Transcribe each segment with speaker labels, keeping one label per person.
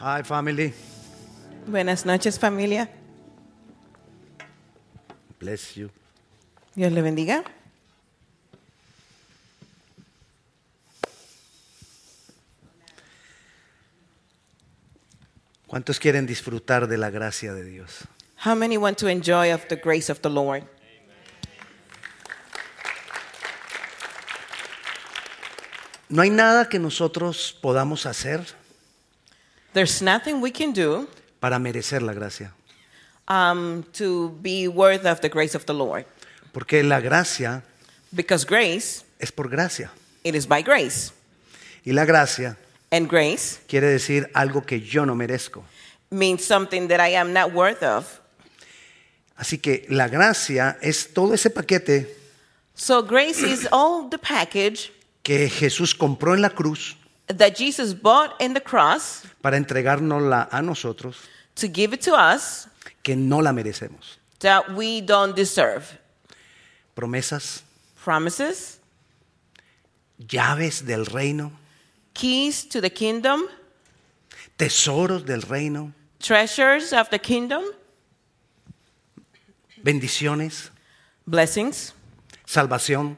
Speaker 1: Hi, family.
Speaker 2: Buenas noches familia.
Speaker 1: Bless you.
Speaker 2: Dios le bendiga.
Speaker 1: ¿Cuántos quieren disfrutar de la gracia de Dios?
Speaker 2: How many want to enjoy of the grace of the Lord?
Speaker 1: No hay nada que nosotros podamos hacer
Speaker 2: There's nothing we can do
Speaker 1: para merecer la gracia,
Speaker 2: um, to be worth of the grace of the Lord
Speaker 1: porque la gracia
Speaker 2: because grace
Speaker 1: es por gracia.
Speaker 2: it is by grace
Speaker 1: Y la gracia
Speaker 2: and grace
Speaker 1: quiere decir algo que yo no merezco.
Speaker 2: means something that I am not worth of.
Speaker 1: Así que la gracia es todo ese paquete
Speaker 2: So grace is all the package
Speaker 1: que Jesús compró en la cruz
Speaker 2: that Jesus bought in the cross
Speaker 1: para entregárnosla a nosotros,
Speaker 2: to give it to us
Speaker 1: que no la merecemos.
Speaker 2: that we don't deserve.
Speaker 1: Promesas,
Speaker 2: Promises,
Speaker 1: llaves del reino,
Speaker 2: keys to the kingdom,
Speaker 1: tesoros del reino,
Speaker 2: treasures of the kingdom,
Speaker 1: bendiciones,
Speaker 2: blessings,
Speaker 1: salvación,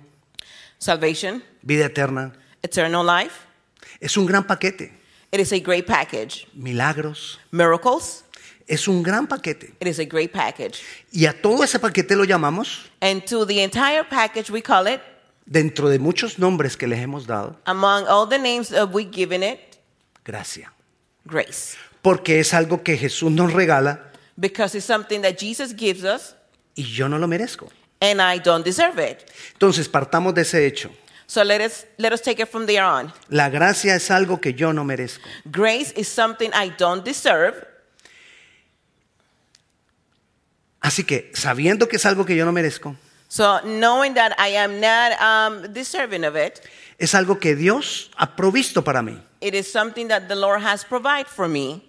Speaker 2: salvation,
Speaker 1: vida eterna.
Speaker 2: eternal life.
Speaker 1: Es un gran paquete.
Speaker 2: It is a great package.
Speaker 1: Milagros.
Speaker 2: Miracles,
Speaker 1: Es un gran paquete.
Speaker 2: it is a great package.
Speaker 1: Y a todo ese paquete lo llamamos,
Speaker 2: And to the entire package, we call it,
Speaker 1: dentro de muchos nombres que les hemos dado,
Speaker 2: among all the names that we've given it,
Speaker 1: gracia.
Speaker 2: grace.
Speaker 1: Porque es algo que Jesús nos regala
Speaker 2: Because it's something that Jesus gives us,
Speaker 1: y yo no lo merezco.
Speaker 2: and I don't deserve it.
Speaker 1: Entonces, partamos de ese hecho.
Speaker 2: So let us, let us take it from there on.
Speaker 1: La gracia es algo que yo no merezco.
Speaker 2: Grace is something I don't deserve.
Speaker 1: Así que, sabiendo que es algo que yo no merezco,
Speaker 2: So knowing that I am not um, deserving of it,
Speaker 1: es algo que Dios ha provisto para mí.
Speaker 2: it is something that the Lord has provided for me.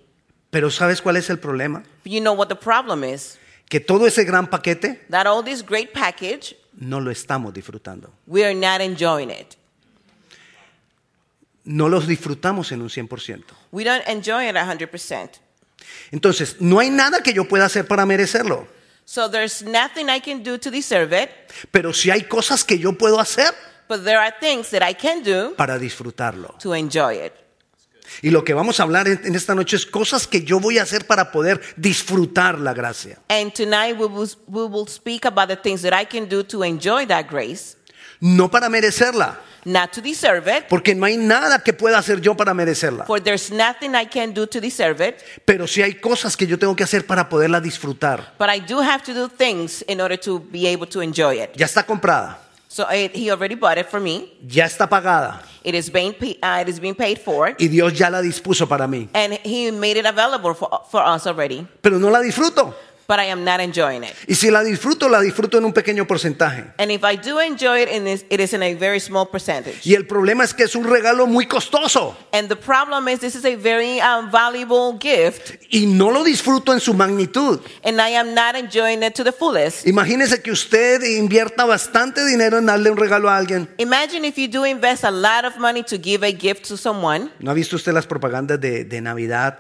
Speaker 1: Pero ¿sabes cuál es el problema?
Speaker 2: You know what the problem is?
Speaker 1: Que todo ese gran paquete
Speaker 2: That all this great package,
Speaker 1: no lo estamos disfrutando.
Speaker 2: we are not enjoying it.
Speaker 1: No los disfrutamos en un 100%.
Speaker 2: We don't enjoy it 100%.
Speaker 1: Entonces, no hay nada que yo pueda hacer para merecerlo.
Speaker 2: So there's nothing I can do to deserve it,
Speaker 1: Pero sí hay cosas que yo puedo hacer
Speaker 2: but there are things that I can do
Speaker 1: para disfrutarlo.
Speaker 2: to enjoy it.
Speaker 1: Y lo que vamos a hablar en en esta noche es cosas que yo voy a hacer para poder disfrutar la gracia.
Speaker 2: And tonight we will, we will speak about the things that I can do to enjoy that grace,
Speaker 1: No para merecerla,
Speaker 2: not to deserve it,
Speaker 1: porque no hay nada que pueda hacer yo para merecerla.
Speaker 2: for there's nothing I can do to deserve it,
Speaker 1: Pero sí hay cosas que yo tengo que hacer para poderla disfrutar.
Speaker 2: but I do have to do things in order to be able to enjoy it.
Speaker 1: Ya está comprada,
Speaker 2: So it, he already bought it for me.
Speaker 1: ya está pagada
Speaker 2: It is being, pa- uh, it is being paid for,
Speaker 1: y Dios ya la dispuso para mí.
Speaker 2: and he made it available for, for us already,
Speaker 1: Pero no la disfruto.
Speaker 2: but I am not enjoying it.
Speaker 1: Y si la disfruto, la disfruto en un pequeño porcentaje.
Speaker 2: And if I do enjoy it, and it's- it is in a very small percentage.
Speaker 1: Y el problema es que es un regalo muy costoso
Speaker 2: And the problem is, this is a very um, valuable gift,
Speaker 1: y no lo disfruto en su magnitud.
Speaker 2: and I am not enjoying it to the fullest.
Speaker 1: Imagínese que usted invierta bastante dinero en darle un regalo a alguien.
Speaker 2: Imagine if you do invest a lot of money to give a gift to someone.
Speaker 1: ¿No ha visto usted las propagandas de, de Navidad?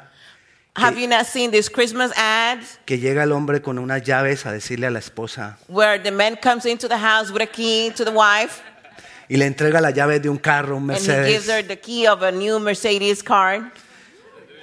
Speaker 2: Have you not seen these Christmas ads
Speaker 1: Que llega el hombre con unas llaves a decirle a la esposa
Speaker 2: where the man comes into the house with a key to the wife,
Speaker 1: y le entrega la llave de un carro, un
Speaker 2: and he gives her
Speaker 1: Mercedes.
Speaker 2: the key of a new Mercedes car?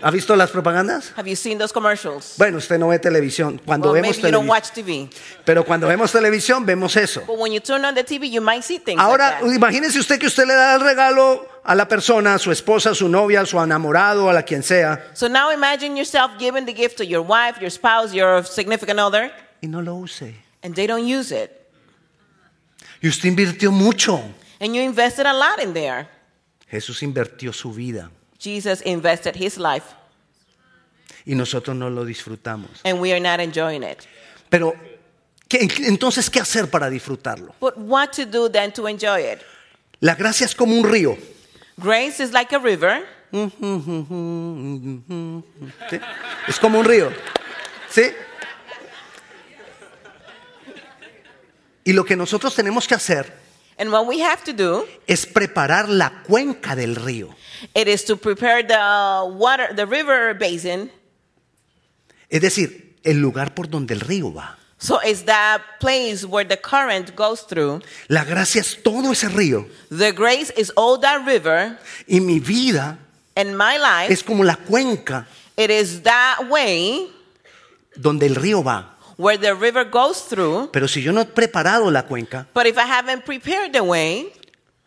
Speaker 1: ¿Ha visto las propagandas?
Speaker 2: Have you seen those commercials?
Speaker 1: Bueno, usted no ve televisión. Cuando
Speaker 2: Well,
Speaker 1: vemos
Speaker 2: maybe you don't
Speaker 1: televisión.
Speaker 2: watch TV,
Speaker 1: Pero cuando vemos televisión vemos eso.
Speaker 2: but when you turn on the TV, you might see things. like
Speaker 1: Ahora,
Speaker 2: that.
Speaker 1: imagínese usted que usted le da el regalo a la persona, a su esposa, a su novia, a su enamorado, a la quien sea,
Speaker 2: So now imagine yourself giving the gift to your wife, your spouse, your significant other,
Speaker 1: y no lo use.
Speaker 2: and they don't use it.
Speaker 1: Y usted invirtió mucho.
Speaker 2: And you invested a lot in there.
Speaker 1: Jesús invirtió su vida
Speaker 2: Jesus invested his life,
Speaker 1: y nosotros no lo disfrutamos.
Speaker 2: and we are not enjoying it.
Speaker 1: Pero, ¿qué- entonces, ¿qué hacer para disfrutarlo?
Speaker 2: But what to do then to enjoy it?
Speaker 1: La gracia es como un río.
Speaker 2: Grace is like a river,
Speaker 1: ¿sí? Es como un río. ¿Sí? Y lo que nosotros tenemos que hacer
Speaker 2: And what we have to do,
Speaker 1: es preparar la cuenca del río.
Speaker 2: it is to prepare the water, the river basin.
Speaker 1: Es decir, el lugar por donde el río va.
Speaker 2: So it's that place where the current goes through.
Speaker 1: La gracia es todo ese río.
Speaker 2: The grace is all that river
Speaker 1: Y mi vida
Speaker 2: in my life.
Speaker 1: es como la cuenca
Speaker 2: it is that way
Speaker 1: donde el río va.
Speaker 2: where the river goes through.
Speaker 1: Pero si yo no he preparado la cuenca,
Speaker 2: But if I haven't prepared the way,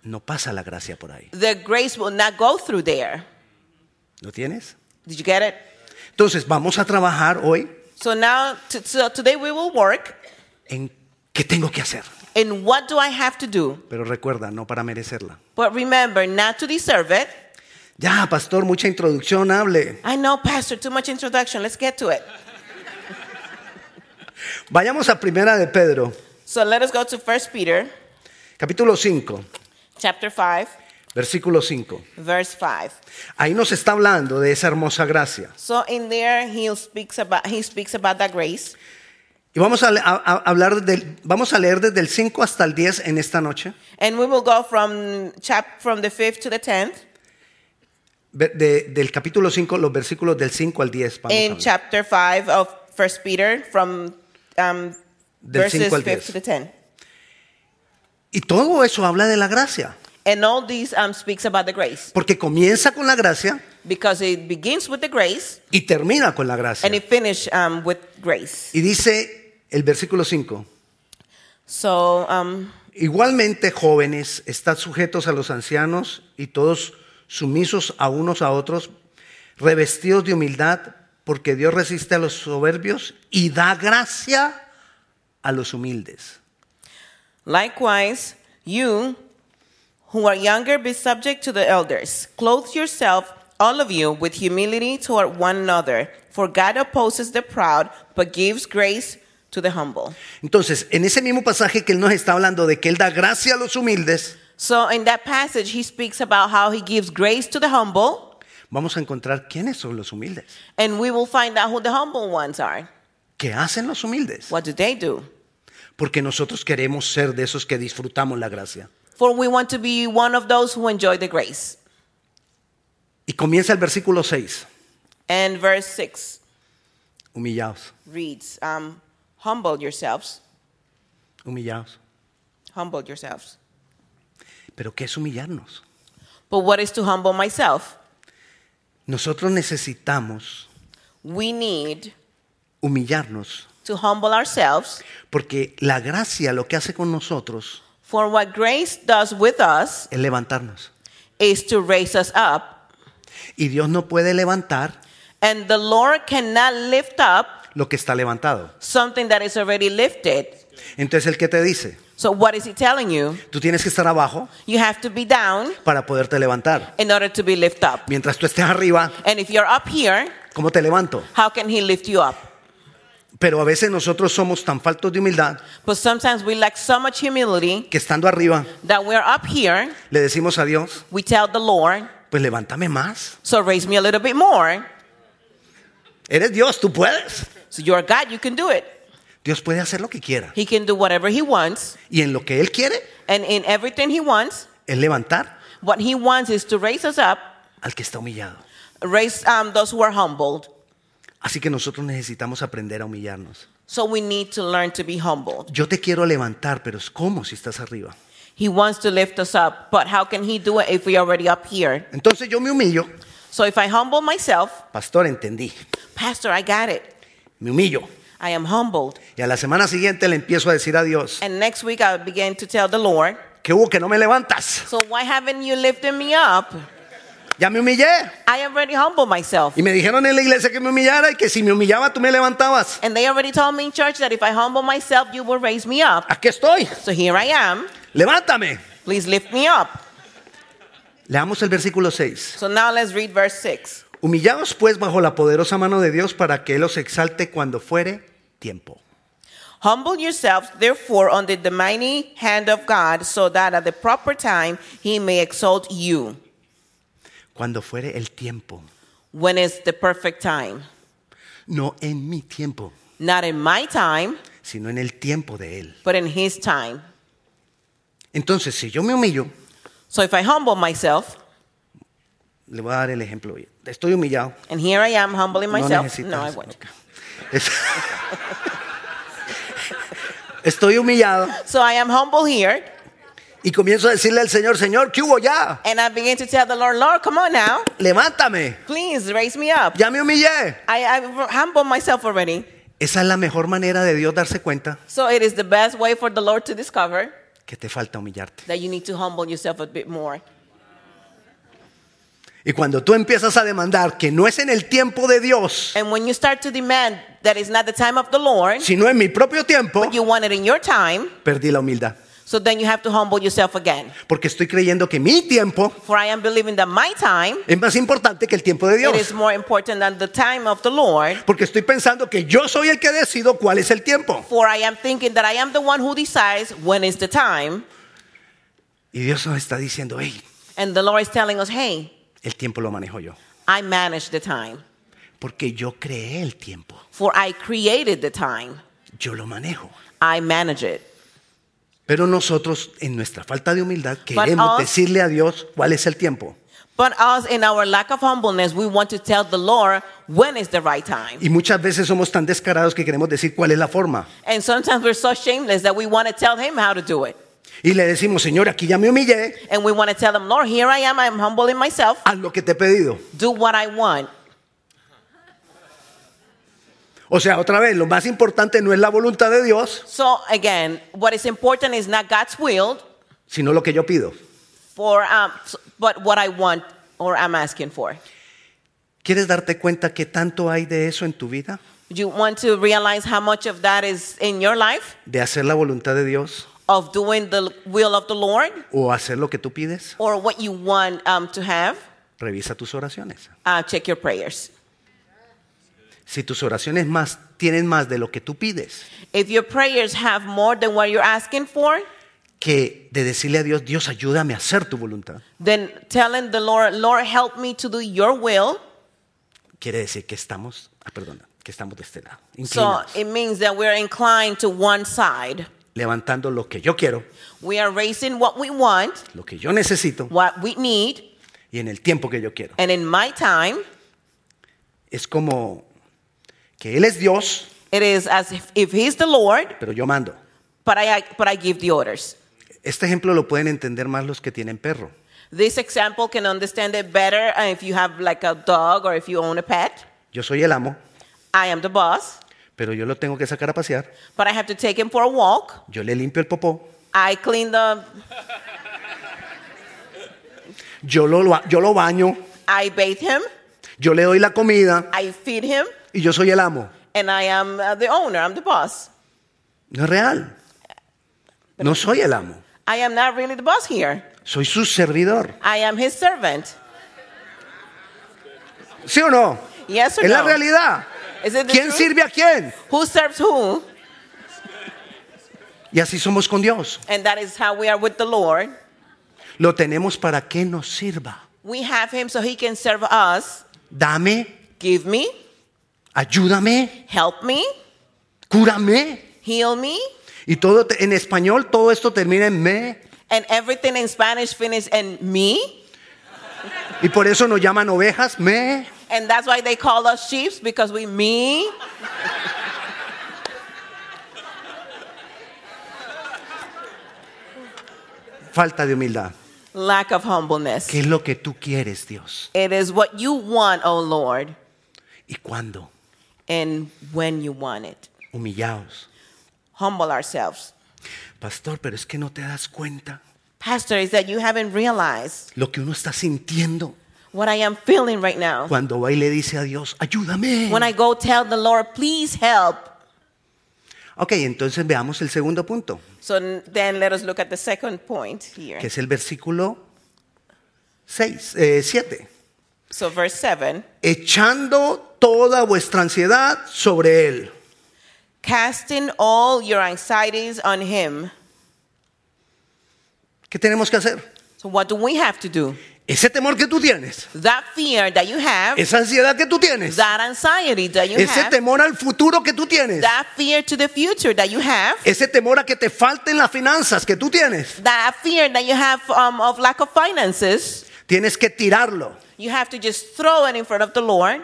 Speaker 1: no pasa la gracia por ahí.
Speaker 2: the grace will not go through there.
Speaker 1: ¿Lo tienes?
Speaker 2: Did you get it?
Speaker 1: Entonces vamos a trabajar hoy
Speaker 2: So now, t- so today we will work.
Speaker 1: en qué tengo que hacer.
Speaker 2: And what do I have to do?
Speaker 1: Pero recuerda, no para merecerla.
Speaker 2: But remember, not to deserve it.
Speaker 1: Ya, pastor, mucha introducción, hable.
Speaker 2: I know, Pastor, too much introduction. Let's get to it.
Speaker 1: Vayamos a primera de Pedro,
Speaker 2: So let us go to 1 Peter
Speaker 1: capítulo 5,
Speaker 2: chapter 5,
Speaker 1: versículo 5.
Speaker 2: verse 5.
Speaker 1: Ahí nos está hablando de esa hermosa gracia.
Speaker 2: So in there he speaks about he speaks about that grace.
Speaker 1: Y vamos a, le- a- a hablar del, vamos a leer desde el 5 hasta el 10 en esta noche,
Speaker 2: And we will go from chap from the 5th to the 10th
Speaker 1: Ve- de- del capítulo 5, los versículos del 5 al 10. vamos a
Speaker 2: in
Speaker 1: hablar.
Speaker 2: chapter 5 of 1 Peter from um,
Speaker 1: Del
Speaker 2: verses
Speaker 1: cinco al
Speaker 2: 5
Speaker 1: diez.
Speaker 2: to the 10.
Speaker 1: Y todo eso habla de la gracia,
Speaker 2: And all these um, speaks about the grace
Speaker 1: porque comienza con la gracia
Speaker 2: because it begins with the grace
Speaker 1: y termina con la gracia.
Speaker 2: and it finishes um, with grace.
Speaker 1: Y dice el versículo 5,
Speaker 2: So um,
Speaker 1: igualmente jóvenes, estad sujetos a los ancianos y todos sumisos a unos a otros, revestidos de humildad, porque Dios resiste a los soberbios y da gracia a los humildes.
Speaker 2: Likewise, you who are younger, be subject to the elders. Clothe yourself, all of you, with humility toward one another. For God opposes the proud, but gives grace to the humble.
Speaker 1: Entonces, en ese mismo pasaje que él nos está hablando de que él da gracia a los humildes,
Speaker 2: So, in that passage, he speaks about how he gives grace to the humble,
Speaker 1: vamos a encontrar quiénes son los humildes.
Speaker 2: and we will find out who the humble ones are.
Speaker 1: ¿Qué hacen los humildes?
Speaker 2: What do they do?
Speaker 1: Porque nosotros queremos ser de esos que disfrutamos la gracia.
Speaker 2: For we want to be one of those who enjoy the grace.
Speaker 1: Y comienza el versículo 6.
Speaker 2: And verse 6
Speaker 1: Humillaos,
Speaker 2: reads, um, Humble yourselves,
Speaker 1: humillaos.
Speaker 2: humble yourselves.
Speaker 1: Pero ¿qué es humillarnos?
Speaker 2: But what is to humble myself?
Speaker 1: Nosotros necesitamos
Speaker 2: We need
Speaker 1: humillarnos
Speaker 2: to humble ourselves,
Speaker 1: porque la gracia lo que hace con nosotros
Speaker 2: for what grace does with us
Speaker 1: es levantarnos.
Speaker 2: is to raise us up.
Speaker 1: Y Dios no puede levantar
Speaker 2: And the Lord cannot lift up
Speaker 1: lo que está levantado.
Speaker 2: something that is already lifted.
Speaker 1: Entonces, ¿el que te dice?
Speaker 2: So, what is He telling you?
Speaker 1: Tú tienes que estar abajo
Speaker 2: You have to be down
Speaker 1: para poderte levantar.
Speaker 2: in order to be lifted up.
Speaker 1: Mientras tú estés arriba,
Speaker 2: And if you're up here,
Speaker 1: ¿cómo te levanto?
Speaker 2: how can He lift you up?
Speaker 1: Pero a veces nosotros somos tan faltos de humildad
Speaker 2: But sometimes we lack so much humility
Speaker 1: que estando arriba
Speaker 2: that we're up here,
Speaker 1: le decimos a Dios,
Speaker 2: we tell the Lord,
Speaker 1: pues levántame más.
Speaker 2: so raise me a little bit more.
Speaker 1: Eres Dios, tú puedes.
Speaker 2: So, you're God, you can do it.
Speaker 1: Dios puede hacer lo que quiera.
Speaker 2: He can do whatever He wants.
Speaker 1: Y en lo que Él quiere
Speaker 2: And in everything he wants,
Speaker 1: es levantar
Speaker 2: what he wants is to raise us up,
Speaker 1: al que está humillado.
Speaker 2: raise um, those who are humbled.
Speaker 1: Así que nosotros necesitamos aprender a humillarnos.
Speaker 2: So we need to learn to be humbled.
Speaker 1: Yo te quiero levantar, pero es como si estás arriba.
Speaker 2: He wants to lift us up, but how can he do it if we're already up here?
Speaker 1: Entonces yo me humillo.
Speaker 2: So if I humble myself,
Speaker 1: Pastor, entendí.
Speaker 2: Pastor, I got it.
Speaker 1: Me humillo.
Speaker 2: I am humbled.
Speaker 1: Y a la semana siguiente le empiezo a decir a Dios,
Speaker 2: And next week I'll begin to tell the Lord,
Speaker 1: ¿qué hubo que no me levantas?
Speaker 2: So why haven't you lifted me up?
Speaker 1: Ya me humillé.
Speaker 2: I already humbled myself.
Speaker 1: Y me dijeron en la iglesia que me humillara y que si me humillaba tú me levantabas.
Speaker 2: And they already told me in church that if I humble myself, you will raise me up.
Speaker 1: Aquí estoy.
Speaker 2: So here I am.
Speaker 1: Levántame.
Speaker 2: Please lift me up.
Speaker 1: Leamos el versículo 6.
Speaker 2: So now let's read verse 6.
Speaker 1: Humillaos pues bajo la poderosa mano de Dios para que Él os exalte cuando fuere tiempo.
Speaker 2: Humble yourselves, therefore, under the mighty hand of God, so that at the proper time he may exalt you,
Speaker 1: Cuando fuere el tiempo.
Speaker 2: when is the perfect time.
Speaker 1: No en mi tiempo,
Speaker 2: Not in my time,
Speaker 1: sino en el tiempo de Él.
Speaker 2: but in his time.
Speaker 1: Entonces, si yo me humillo,
Speaker 2: So if I humble myself,
Speaker 1: le voy a dar el ejemplo. hoy. Estoy humillado.
Speaker 2: and here I am humbling myself.
Speaker 1: necesitas-
Speaker 2: No, I won't.
Speaker 1: ok. Es- Estoy humillado
Speaker 2: So I am humble here,
Speaker 1: y comienzo a decirle al Señor, Señor, ¿qué hubo ya?
Speaker 2: and I begin to tell the Lord, Lord, come on now.
Speaker 1: Levántame.
Speaker 2: Please raise me up.
Speaker 1: Ya me humillé.
Speaker 2: I, I've humbled myself already.
Speaker 1: Esa es la mejor manera de Dios darse cuenta
Speaker 2: So it is the best way for the Lord to discover
Speaker 1: que te falta humillarte.
Speaker 2: that you need to humble yourself a bit more.
Speaker 1: Y cuando tú empiezas a demandar que no es en el tiempo de Dios,
Speaker 2: And when you start to demand that it's not the time of the Lord,
Speaker 1: sino en mi propio tiempo,
Speaker 2: you want it in your time,
Speaker 1: perdí la humildad.
Speaker 2: so then you have to humble yourself again.
Speaker 1: Porque estoy creyendo que mi tiempo
Speaker 2: For I am believing that my time
Speaker 1: es más importante que el tiempo de
Speaker 2: it is
Speaker 1: Dios.
Speaker 2: more important than the time of the Lord.
Speaker 1: Porque estoy pensando que yo soy el que decido cuál es el tiempo.
Speaker 2: For I am thinking that I am the one who decides when is the time.
Speaker 1: Y Dios nos está diciendo, hey,
Speaker 2: And the Lord is telling us, hey,
Speaker 1: el tiempo lo manejo yo.
Speaker 2: I manage the time.
Speaker 1: Porque yo creé el tiempo.
Speaker 2: For I created the time.
Speaker 1: Yo lo manejo.
Speaker 2: I manage it.
Speaker 1: Pero nosotros, en nuestra falta de humildad, queremos
Speaker 2: us-
Speaker 1: decirle a Dios cuál es el tiempo.
Speaker 2: But us, in our lack of humbleness, we want to tell the Lord when is the right time.
Speaker 1: Y muchas veces somos tan descarados que queremos decir cuál es la forma.
Speaker 2: And sometimes we're so shameless that we want to tell Him how to do it.
Speaker 1: Y le decimos, Señor, aquí ya me humillé,
Speaker 2: And we want to tell Him, Lord, here I am, I'm humbling myself,
Speaker 1: haz lo que te he pedido.
Speaker 2: do what I want.
Speaker 1: O sea, otra vez, lo más importante no es la voluntad de Dios,
Speaker 2: So, again, what is important is not God's will,
Speaker 1: sino lo que yo pido.
Speaker 2: for, um, s- but what I want or I'm asking for.
Speaker 1: ¿Quieres darte cuenta que tanto hay de eso en tu vida?
Speaker 2: You want to realize how much of that is in your life,
Speaker 1: ¿De hacer la voluntad de Dios
Speaker 2: of doing the will of the Lord
Speaker 1: o hacer lo que tú pides?
Speaker 2: or what you want um, to have.
Speaker 1: Revisa tus oraciones.
Speaker 2: Uh, check your prayers.
Speaker 1: Si tus oraciones más tienen más de lo que tú pides,
Speaker 2: If your prayers have more than what you're asking for,
Speaker 1: que de decirle a Dios, Dios, ayúdame a hacer tu voluntad,
Speaker 2: then telling the Lord, Lord, help me to do your will.
Speaker 1: quiere decir que estamos, ah, perdona, que estamos de este lado,
Speaker 2: So
Speaker 1: inclinados,
Speaker 2: it means that we're inclined to one side.
Speaker 1: levantando lo que yo quiero,
Speaker 2: We are raising what we want,
Speaker 1: lo que yo necesito
Speaker 2: what we need,
Speaker 1: y en el tiempo que yo quiero.
Speaker 2: and in my time,
Speaker 1: Es como que Él es Dios,
Speaker 2: it is as if, if He's the Lord,
Speaker 1: pero yo mando.
Speaker 2: but I, but I give the orders.
Speaker 1: Este ejemplo lo pueden entender más los que tienen perro.
Speaker 2: This example can understand it better uh, if you have like a dog or if you own a pet.
Speaker 1: Yo soy el amo,
Speaker 2: I am the boss,
Speaker 1: pero yo lo tengo que sacar a pasear.
Speaker 2: but I have to take him for a walk.
Speaker 1: Yo le limpio el popó.
Speaker 2: I clean the,
Speaker 1: Yo lo, lo- yo lo baño.
Speaker 2: I bathe him,
Speaker 1: Yo le doy la comida.
Speaker 2: I feed him,
Speaker 1: Y yo soy el amo.
Speaker 2: and I am uh, the owner. I'm the boss.
Speaker 1: No es real. No soy el amo.
Speaker 2: I am not really the boss here.
Speaker 1: Soy su servidor.
Speaker 2: I am his servant.
Speaker 1: ¿Sí o no?
Speaker 2: Yes or
Speaker 1: Es la
Speaker 2: no?
Speaker 1: realidad.
Speaker 2: Is it the
Speaker 1: ¿Quién
Speaker 2: truth?
Speaker 1: sirve a quién?
Speaker 2: Who serves who?
Speaker 1: Y así somos con Dios.
Speaker 2: And that is how we are with the Lord.
Speaker 1: Lo tenemos para que nos sirva.
Speaker 2: We have him so he can serve us.
Speaker 1: Dame,
Speaker 2: Give me,
Speaker 1: ayúdame,
Speaker 2: help me,
Speaker 1: cúrame.
Speaker 2: heal me.
Speaker 1: Y todo te- en español todo esto termina en me.
Speaker 2: And everything in Spanish finished in me.
Speaker 1: Y por eso nos llaman ovejas, me.
Speaker 2: And that's why they call us sheep because we me.
Speaker 1: Falta de humildad.
Speaker 2: Lack of humbleness.
Speaker 1: ¿Qué es lo que tú quieres, Dios?
Speaker 2: It is what you want, O Lord,
Speaker 1: ¿Y cuándo?
Speaker 2: and when you want it.
Speaker 1: Humillaos.
Speaker 2: Humble ourselves.
Speaker 1: Pastor, pero es que no te das cuenta
Speaker 2: Pastor, is that you haven't realized
Speaker 1: lo que uno está sintiendo
Speaker 2: what I am feeling right now.
Speaker 1: cuando va y le dice a Dios, ayúdame.
Speaker 2: When I go tell the Lord, please help.
Speaker 1: Ok, entonces veamos el segundo punto,
Speaker 2: So n- then let us look at the second point here.
Speaker 1: que es el versículo eh, 6, 7.
Speaker 2: So verse 7
Speaker 1: Echando toda vuestra ansiedad sobre Él,
Speaker 2: casting all your anxieties on him.
Speaker 1: ¿qué tenemos que hacer?
Speaker 2: So what do we have to do?
Speaker 1: Ese temor que tú tienes,
Speaker 2: that fear that you have,
Speaker 1: esa ansiedad que tú tienes,
Speaker 2: that anxiety that you
Speaker 1: ese
Speaker 2: have,
Speaker 1: temor al futuro que tú tienes,
Speaker 2: that fear to the future that you have,
Speaker 1: ese temor a que te falten las finanzas que tú tienes,
Speaker 2: that fear that you have um, of lack of finances,
Speaker 1: tienes que tirarlo.
Speaker 2: you have to just throw it in front of the Lord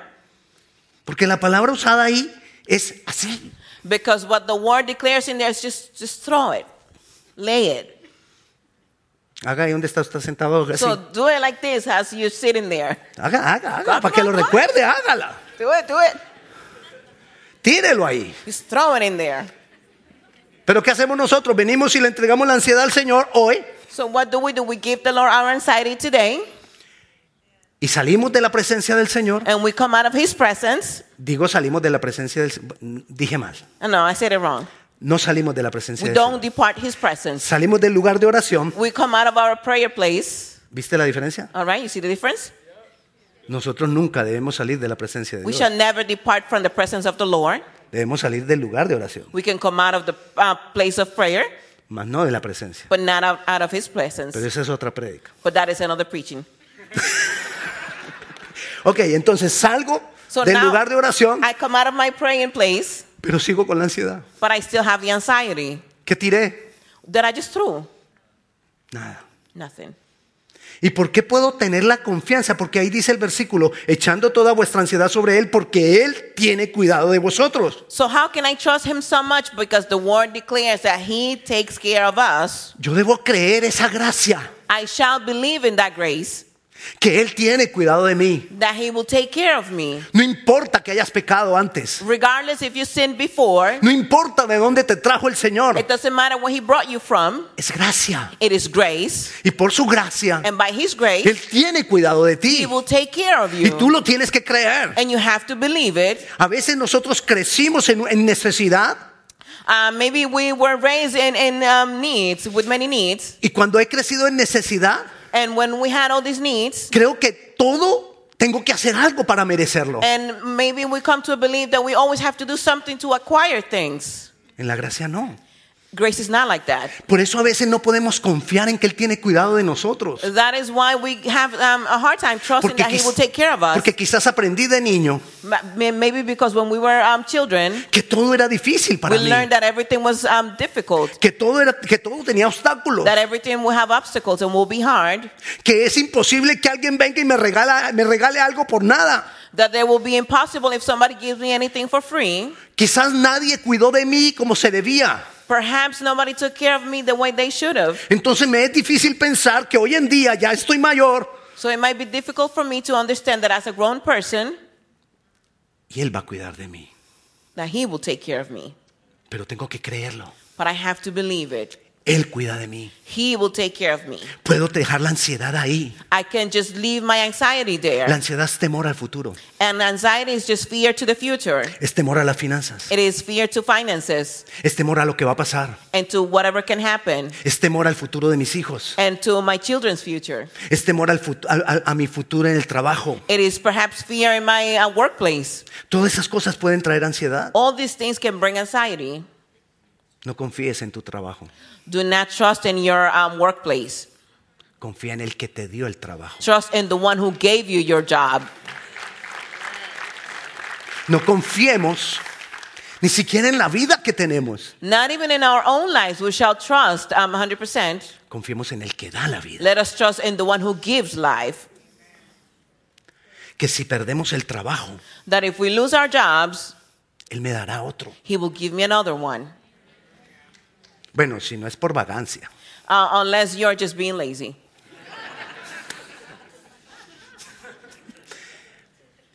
Speaker 1: Porque la palabra usada ahí es así.
Speaker 2: because what the word declares in there is just, just throw it, lay it.
Speaker 1: Haga ahí donde está usted sentado. así.
Speaker 2: So do it like this as you're sitting there.
Speaker 1: Haga, haga, haga. Para
Speaker 2: Come
Speaker 1: que lo
Speaker 2: on, come on.
Speaker 1: recuerde, hágala.
Speaker 2: Do it, do it.
Speaker 1: Tírelo ahí.
Speaker 2: Just throw it in there.
Speaker 1: Pero ¿qué hacemos nosotros? Venimos y le entregamos la ansiedad al Señor hoy
Speaker 2: So what do we do? We give the Lord our anxiety today
Speaker 1: y salimos de la presencia del Señor.
Speaker 2: and we come out of his presence.
Speaker 1: Digo salimos de la presencia del dije mal.
Speaker 2: Oh, no, I said it wrong.
Speaker 1: No salimos de la presencia
Speaker 2: We
Speaker 1: del
Speaker 2: don't
Speaker 1: Señor.
Speaker 2: depart his presence.
Speaker 1: Salimos del lugar de oración.
Speaker 2: We come out of our prayer place.
Speaker 1: ¿Viste la diferencia?
Speaker 2: All right, you see the difference?
Speaker 1: Nosotros nunca debemos salir de la presencia de
Speaker 2: We
Speaker 1: Dios.
Speaker 2: shall never depart from the presence of the Lord.
Speaker 1: Debemos salir del lugar de oración,
Speaker 2: We can come out of the uh, place of prayer,
Speaker 1: más no de la presencia.
Speaker 2: but not out, out of his presence.
Speaker 1: Pero esa es otra prédica.
Speaker 2: But that is another preaching.
Speaker 1: Ok, entonces salgo
Speaker 2: So
Speaker 1: del
Speaker 2: now
Speaker 1: lugar de oración,
Speaker 2: I come out of my praying place,
Speaker 1: pero sigo con la ansiedad.
Speaker 2: but I still have the anxiety
Speaker 1: ¿Qué tiré?
Speaker 2: that I just threw.
Speaker 1: Nada.
Speaker 2: Nothing.
Speaker 1: ¿Y por qué puedo tener la confianza? Porque ahí dice el versículo, echando toda vuestra ansiedad sobre Él, porque Él tiene cuidado de vosotros.
Speaker 2: So how can I trust him so much? Because the word declares that he takes care of us.
Speaker 1: Yo debo creer esa gracia,
Speaker 2: I shall believe in that grace
Speaker 1: que Él tiene cuidado de mí.
Speaker 2: that he will take care of me.
Speaker 1: No importa que hayas pecado antes.
Speaker 2: Regardless if you sinned before,
Speaker 1: No importa de dónde te trajo el Señor.
Speaker 2: it doesn't matter where he brought you from.
Speaker 1: Es gracia.
Speaker 2: It is grace.
Speaker 1: Y por su gracia,
Speaker 2: And by his grace,
Speaker 1: Él tiene cuidado de
Speaker 2: he
Speaker 1: ti.
Speaker 2: will take care of
Speaker 1: Y tú
Speaker 2: you.
Speaker 1: lo tienes que creer.
Speaker 2: And you have to believe it.
Speaker 1: A veces nosotros crecimos en, en necesidad
Speaker 2: Uh, maybe we were raised in, in um, needs, with many needs.
Speaker 1: y cuando he crecido en necesidad,
Speaker 2: And when we had all these needs,
Speaker 1: creo que todo tengo que hacer algo para merecerlo.
Speaker 2: and maybe we come to believe that we always have to do something to acquire things.
Speaker 1: En la gracia no.
Speaker 2: Grace is not like that.
Speaker 1: Por eso a veces no podemos confiar en que Él tiene cuidado de nosotros.
Speaker 2: That is why we have um, a hard time trusting
Speaker 1: Porque,
Speaker 2: that He
Speaker 1: quiz-
Speaker 2: will take care of us.
Speaker 1: porque quizás aprendí de niño
Speaker 2: Ma- may- Maybe because when we were um, children,
Speaker 1: que todo era difícil para
Speaker 2: we
Speaker 1: mí.
Speaker 2: learned that everything was um, difficult,
Speaker 1: Que todo, era, que todo tenía obstáculos.
Speaker 2: that everything will have obstacles and will be hard,
Speaker 1: que es imposible que alguien venga y me, regala, me regale algo por nada.
Speaker 2: that there will be impossible if somebody gives me anything for free.
Speaker 1: Quizás nadie cuidó de mí como se debía.
Speaker 2: Perhaps nobody took care of me the way they should have.
Speaker 1: Entonces me es difícil pensar que hoy en día ya estoy mayor
Speaker 2: So it might be difficult for me to understand that as a grown person,
Speaker 1: y Él va a cuidar de mí.
Speaker 2: that He will take care of me.
Speaker 1: Pero tengo que creerlo.
Speaker 2: But I have to believe it.
Speaker 1: Él cuida de mí.
Speaker 2: He will take care of me.
Speaker 1: Puedo dejar la ansiedad ahí.
Speaker 2: I can just leave my anxiety there.
Speaker 1: La ansiedad es temor al futuro.
Speaker 2: And anxiety is just fear to the future.
Speaker 1: Es temor a las finanzas.
Speaker 2: It is fear to finances
Speaker 1: Es temor a lo que va a pasar.
Speaker 2: and to whatever can happen
Speaker 1: Es temor al futuro de mis hijos.
Speaker 2: and to my children's future.
Speaker 1: Es temor al fut- al- al- a mi futuro en el trabajo.
Speaker 2: It is perhaps fear in my uh, workplace.
Speaker 1: Todas esas cosas pueden traer ansiedad.
Speaker 2: All these things can bring anxiety.
Speaker 1: No confíes en tu trabajo.
Speaker 2: Do not trust in your um, workplace.
Speaker 1: Confía en el que te dio el trabajo.
Speaker 2: Trust in the one who gave you your job.
Speaker 1: No confiemos ni siquiera en la vida que tenemos.
Speaker 2: Not even in our own lives we shall trust um, 100%.
Speaker 1: Confiemos en el que da la vida.
Speaker 2: Let us trust in the one who gives life.
Speaker 1: Que si perdemos el trabajo,
Speaker 2: That if we lose our jobs,
Speaker 1: Él me dará otro.
Speaker 2: he will give me another one.
Speaker 1: Bueno, si no es por vagancia.
Speaker 2: Uh, unless you're just being lazy.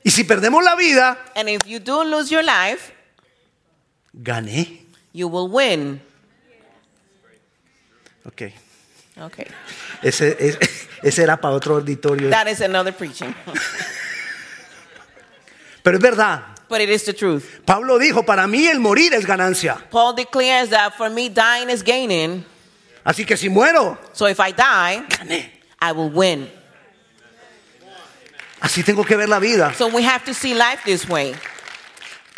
Speaker 1: Y si perdemos la vida,
Speaker 2: And if you do lose your life,
Speaker 1: gané.
Speaker 2: you will win.
Speaker 1: Ok.
Speaker 2: Okay.
Speaker 1: Ese, es- ese era para otro auditorio.
Speaker 2: That is another preaching.
Speaker 1: Pero es verdad.
Speaker 2: but it is the truth.
Speaker 1: Pablo dijo, para mí el morir es ganancia.
Speaker 2: Paul declares that for me, dying is gaining.
Speaker 1: Así que si muero,
Speaker 2: So if I die,
Speaker 1: gané.
Speaker 2: I will win.
Speaker 1: Así tengo que ver la vida.
Speaker 2: So we have to see life this way.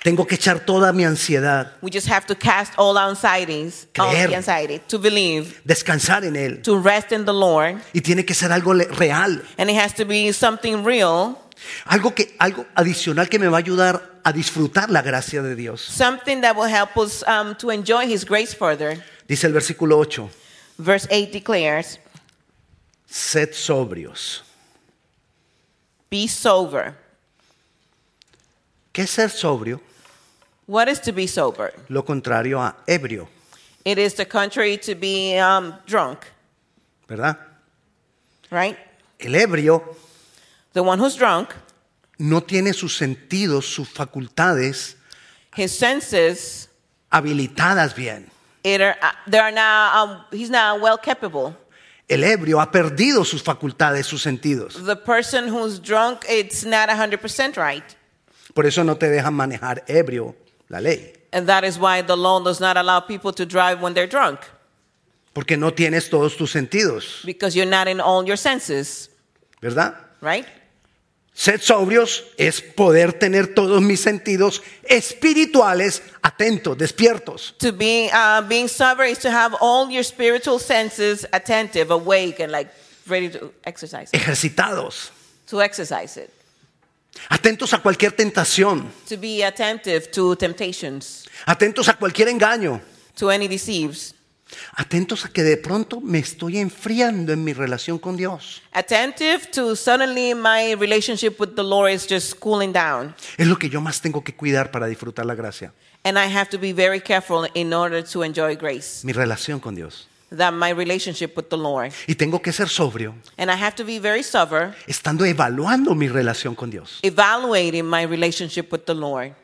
Speaker 1: Tengo que echar toda mi ansiedad,
Speaker 2: We just have to cast all our anxieties, all
Speaker 1: Creer.
Speaker 2: the anxiety, to believe,
Speaker 1: descansar en Él.
Speaker 2: to rest in the Lord.
Speaker 1: Y tiene que ser algo le- real,
Speaker 2: And it has to be something real,
Speaker 1: algo, que, algo adicional que me va a ayudar a disfrutar la gracia de Dios.
Speaker 2: something that will help us um, to enjoy His grace further.
Speaker 1: Dice el versículo 8,
Speaker 2: Verse 8 declares,
Speaker 1: sed sobrios.
Speaker 2: Be sober.
Speaker 1: ¿Qué es ser sobrio?
Speaker 2: What is to be sober?
Speaker 1: Lo contrario a ebrio,
Speaker 2: It is the contrary to be um, drunk,
Speaker 1: ¿verdad?
Speaker 2: right?
Speaker 1: El ebrio
Speaker 2: The one who's drunk,
Speaker 1: no tiene sus sentidos, sus facultades
Speaker 2: his senses,
Speaker 1: habilitadas bien.
Speaker 2: it are, uh, they are not, um, he's not well capable.
Speaker 1: El ebrio ha perdido sus facultades, sus sentidos.
Speaker 2: The person who's drunk, it's not 100% right.
Speaker 1: Por eso no te dejan manejar ebrio la ley,
Speaker 2: And that is why the law does not allow people to drive when they're drunk,
Speaker 1: porque no tienes todos tus sentidos,
Speaker 2: because you're not in all your senses,
Speaker 1: ¿verdad?
Speaker 2: right?
Speaker 1: Ser sobrios es poder tener todos mis sentidos espirituales atentos, despiertos.
Speaker 2: To be uh, being sober is to have all your spiritual senses attentive, awake, and like ready to exercise.
Speaker 1: ejercitados,
Speaker 2: to exercise it.
Speaker 1: atentos a cualquier tentación,
Speaker 2: To be attentive to temptations,
Speaker 1: atentos a cualquier engaño,
Speaker 2: to any deceives.
Speaker 1: atentos a que de pronto me estoy enfriando en mi relación con Dios.
Speaker 2: Attentive to suddenly my relationship with the Lord is just cooling down.
Speaker 1: Es lo que yo más tengo que cuidar para disfrutar la gracia,
Speaker 2: And I have to be very careful in order to enjoy grace,
Speaker 1: mi relación con Dios.
Speaker 2: that my relationship with the Lord.
Speaker 1: Y tengo que ser sobrio,
Speaker 2: And I have to be very sober,
Speaker 1: estando evaluando mi relación con Dios.
Speaker 2: evaluating my relationship with the Lord.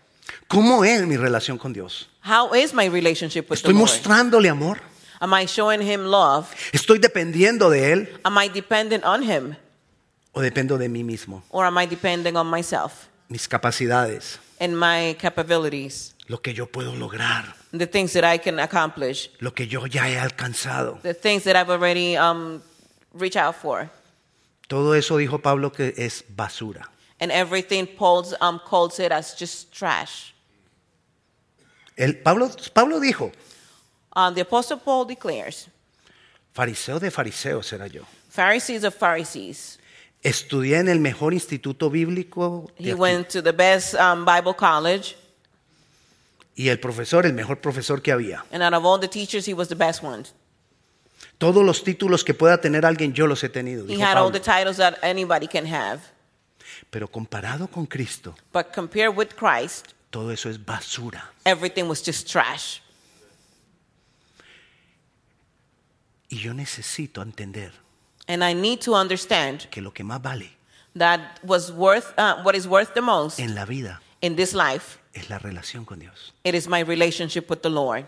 Speaker 1: ¿Cómo es mi relación con Dios?
Speaker 2: How is my relationship with
Speaker 1: ¿Estoy
Speaker 2: the Lord?
Speaker 1: mostrándole amor?
Speaker 2: Am I showing him love?
Speaker 1: ¿Estoy dependiendo de Él
Speaker 2: Am I dependent on him?
Speaker 1: o dependo de mí mismo?
Speaker 2: Or am I depending on myself
Speaker 1: Mis capacidades,
Speaker 2: and my capabilities?
Speaker 1: lo que yo puedo lograr,
Speaker 2: the things that I can accomplish,
Speaker 1: lo que yo ya he alcanzado.
Speaker 2: the things that I've already um, reached out for,
Speaker 1: Todo eso dijo Pablo que es basura.
Speaker 2: and everything Paul's um, calls it as just trash.
Speaker 1: El- Pablo, Pablo dijo,
Speaker 2: Um, the Apostle Paul declares,
Speaker 1: fariseo de fariseos era yo.
Speaker 2: Pharisees of Pharisees.
Speaker 1: Estudié en el mejor instituto bíblico de
Speaker 2: He
Speaker 1: aquí.
Speaker 2: went to the best um, Bible college,
Speaker 1: y el profesor, el mejor profesor que había.
Speaker 2: and out of all the teachers, he was the best one.
Speaker 1: Todos los títulos que pueda tener alguien yo los he tenido,
Speaker 2: He
Speaker 1: dijo
Speaker 2: had
Speaker 1: Pablo.
Speaker 2: all the titles that anybody can have.
Speaker 1: Pero comparado con Cristo,
Speaker 2: But compared with Christ,
Speaker 1: todo eso es basura.
Speaker 2: everything was just trash.
Speaker 1: Y yo necesito entender
Speaker 2: And I need to understand
Speaker 1: que lo que más vale
Speaker 2: that was worth, uh, what is worth the most
Speaker 1: en la vida
Speaker 2: in this life
Speaker 1: es la relación con Dios.
Speaker 2: It is my relationship with the Lord.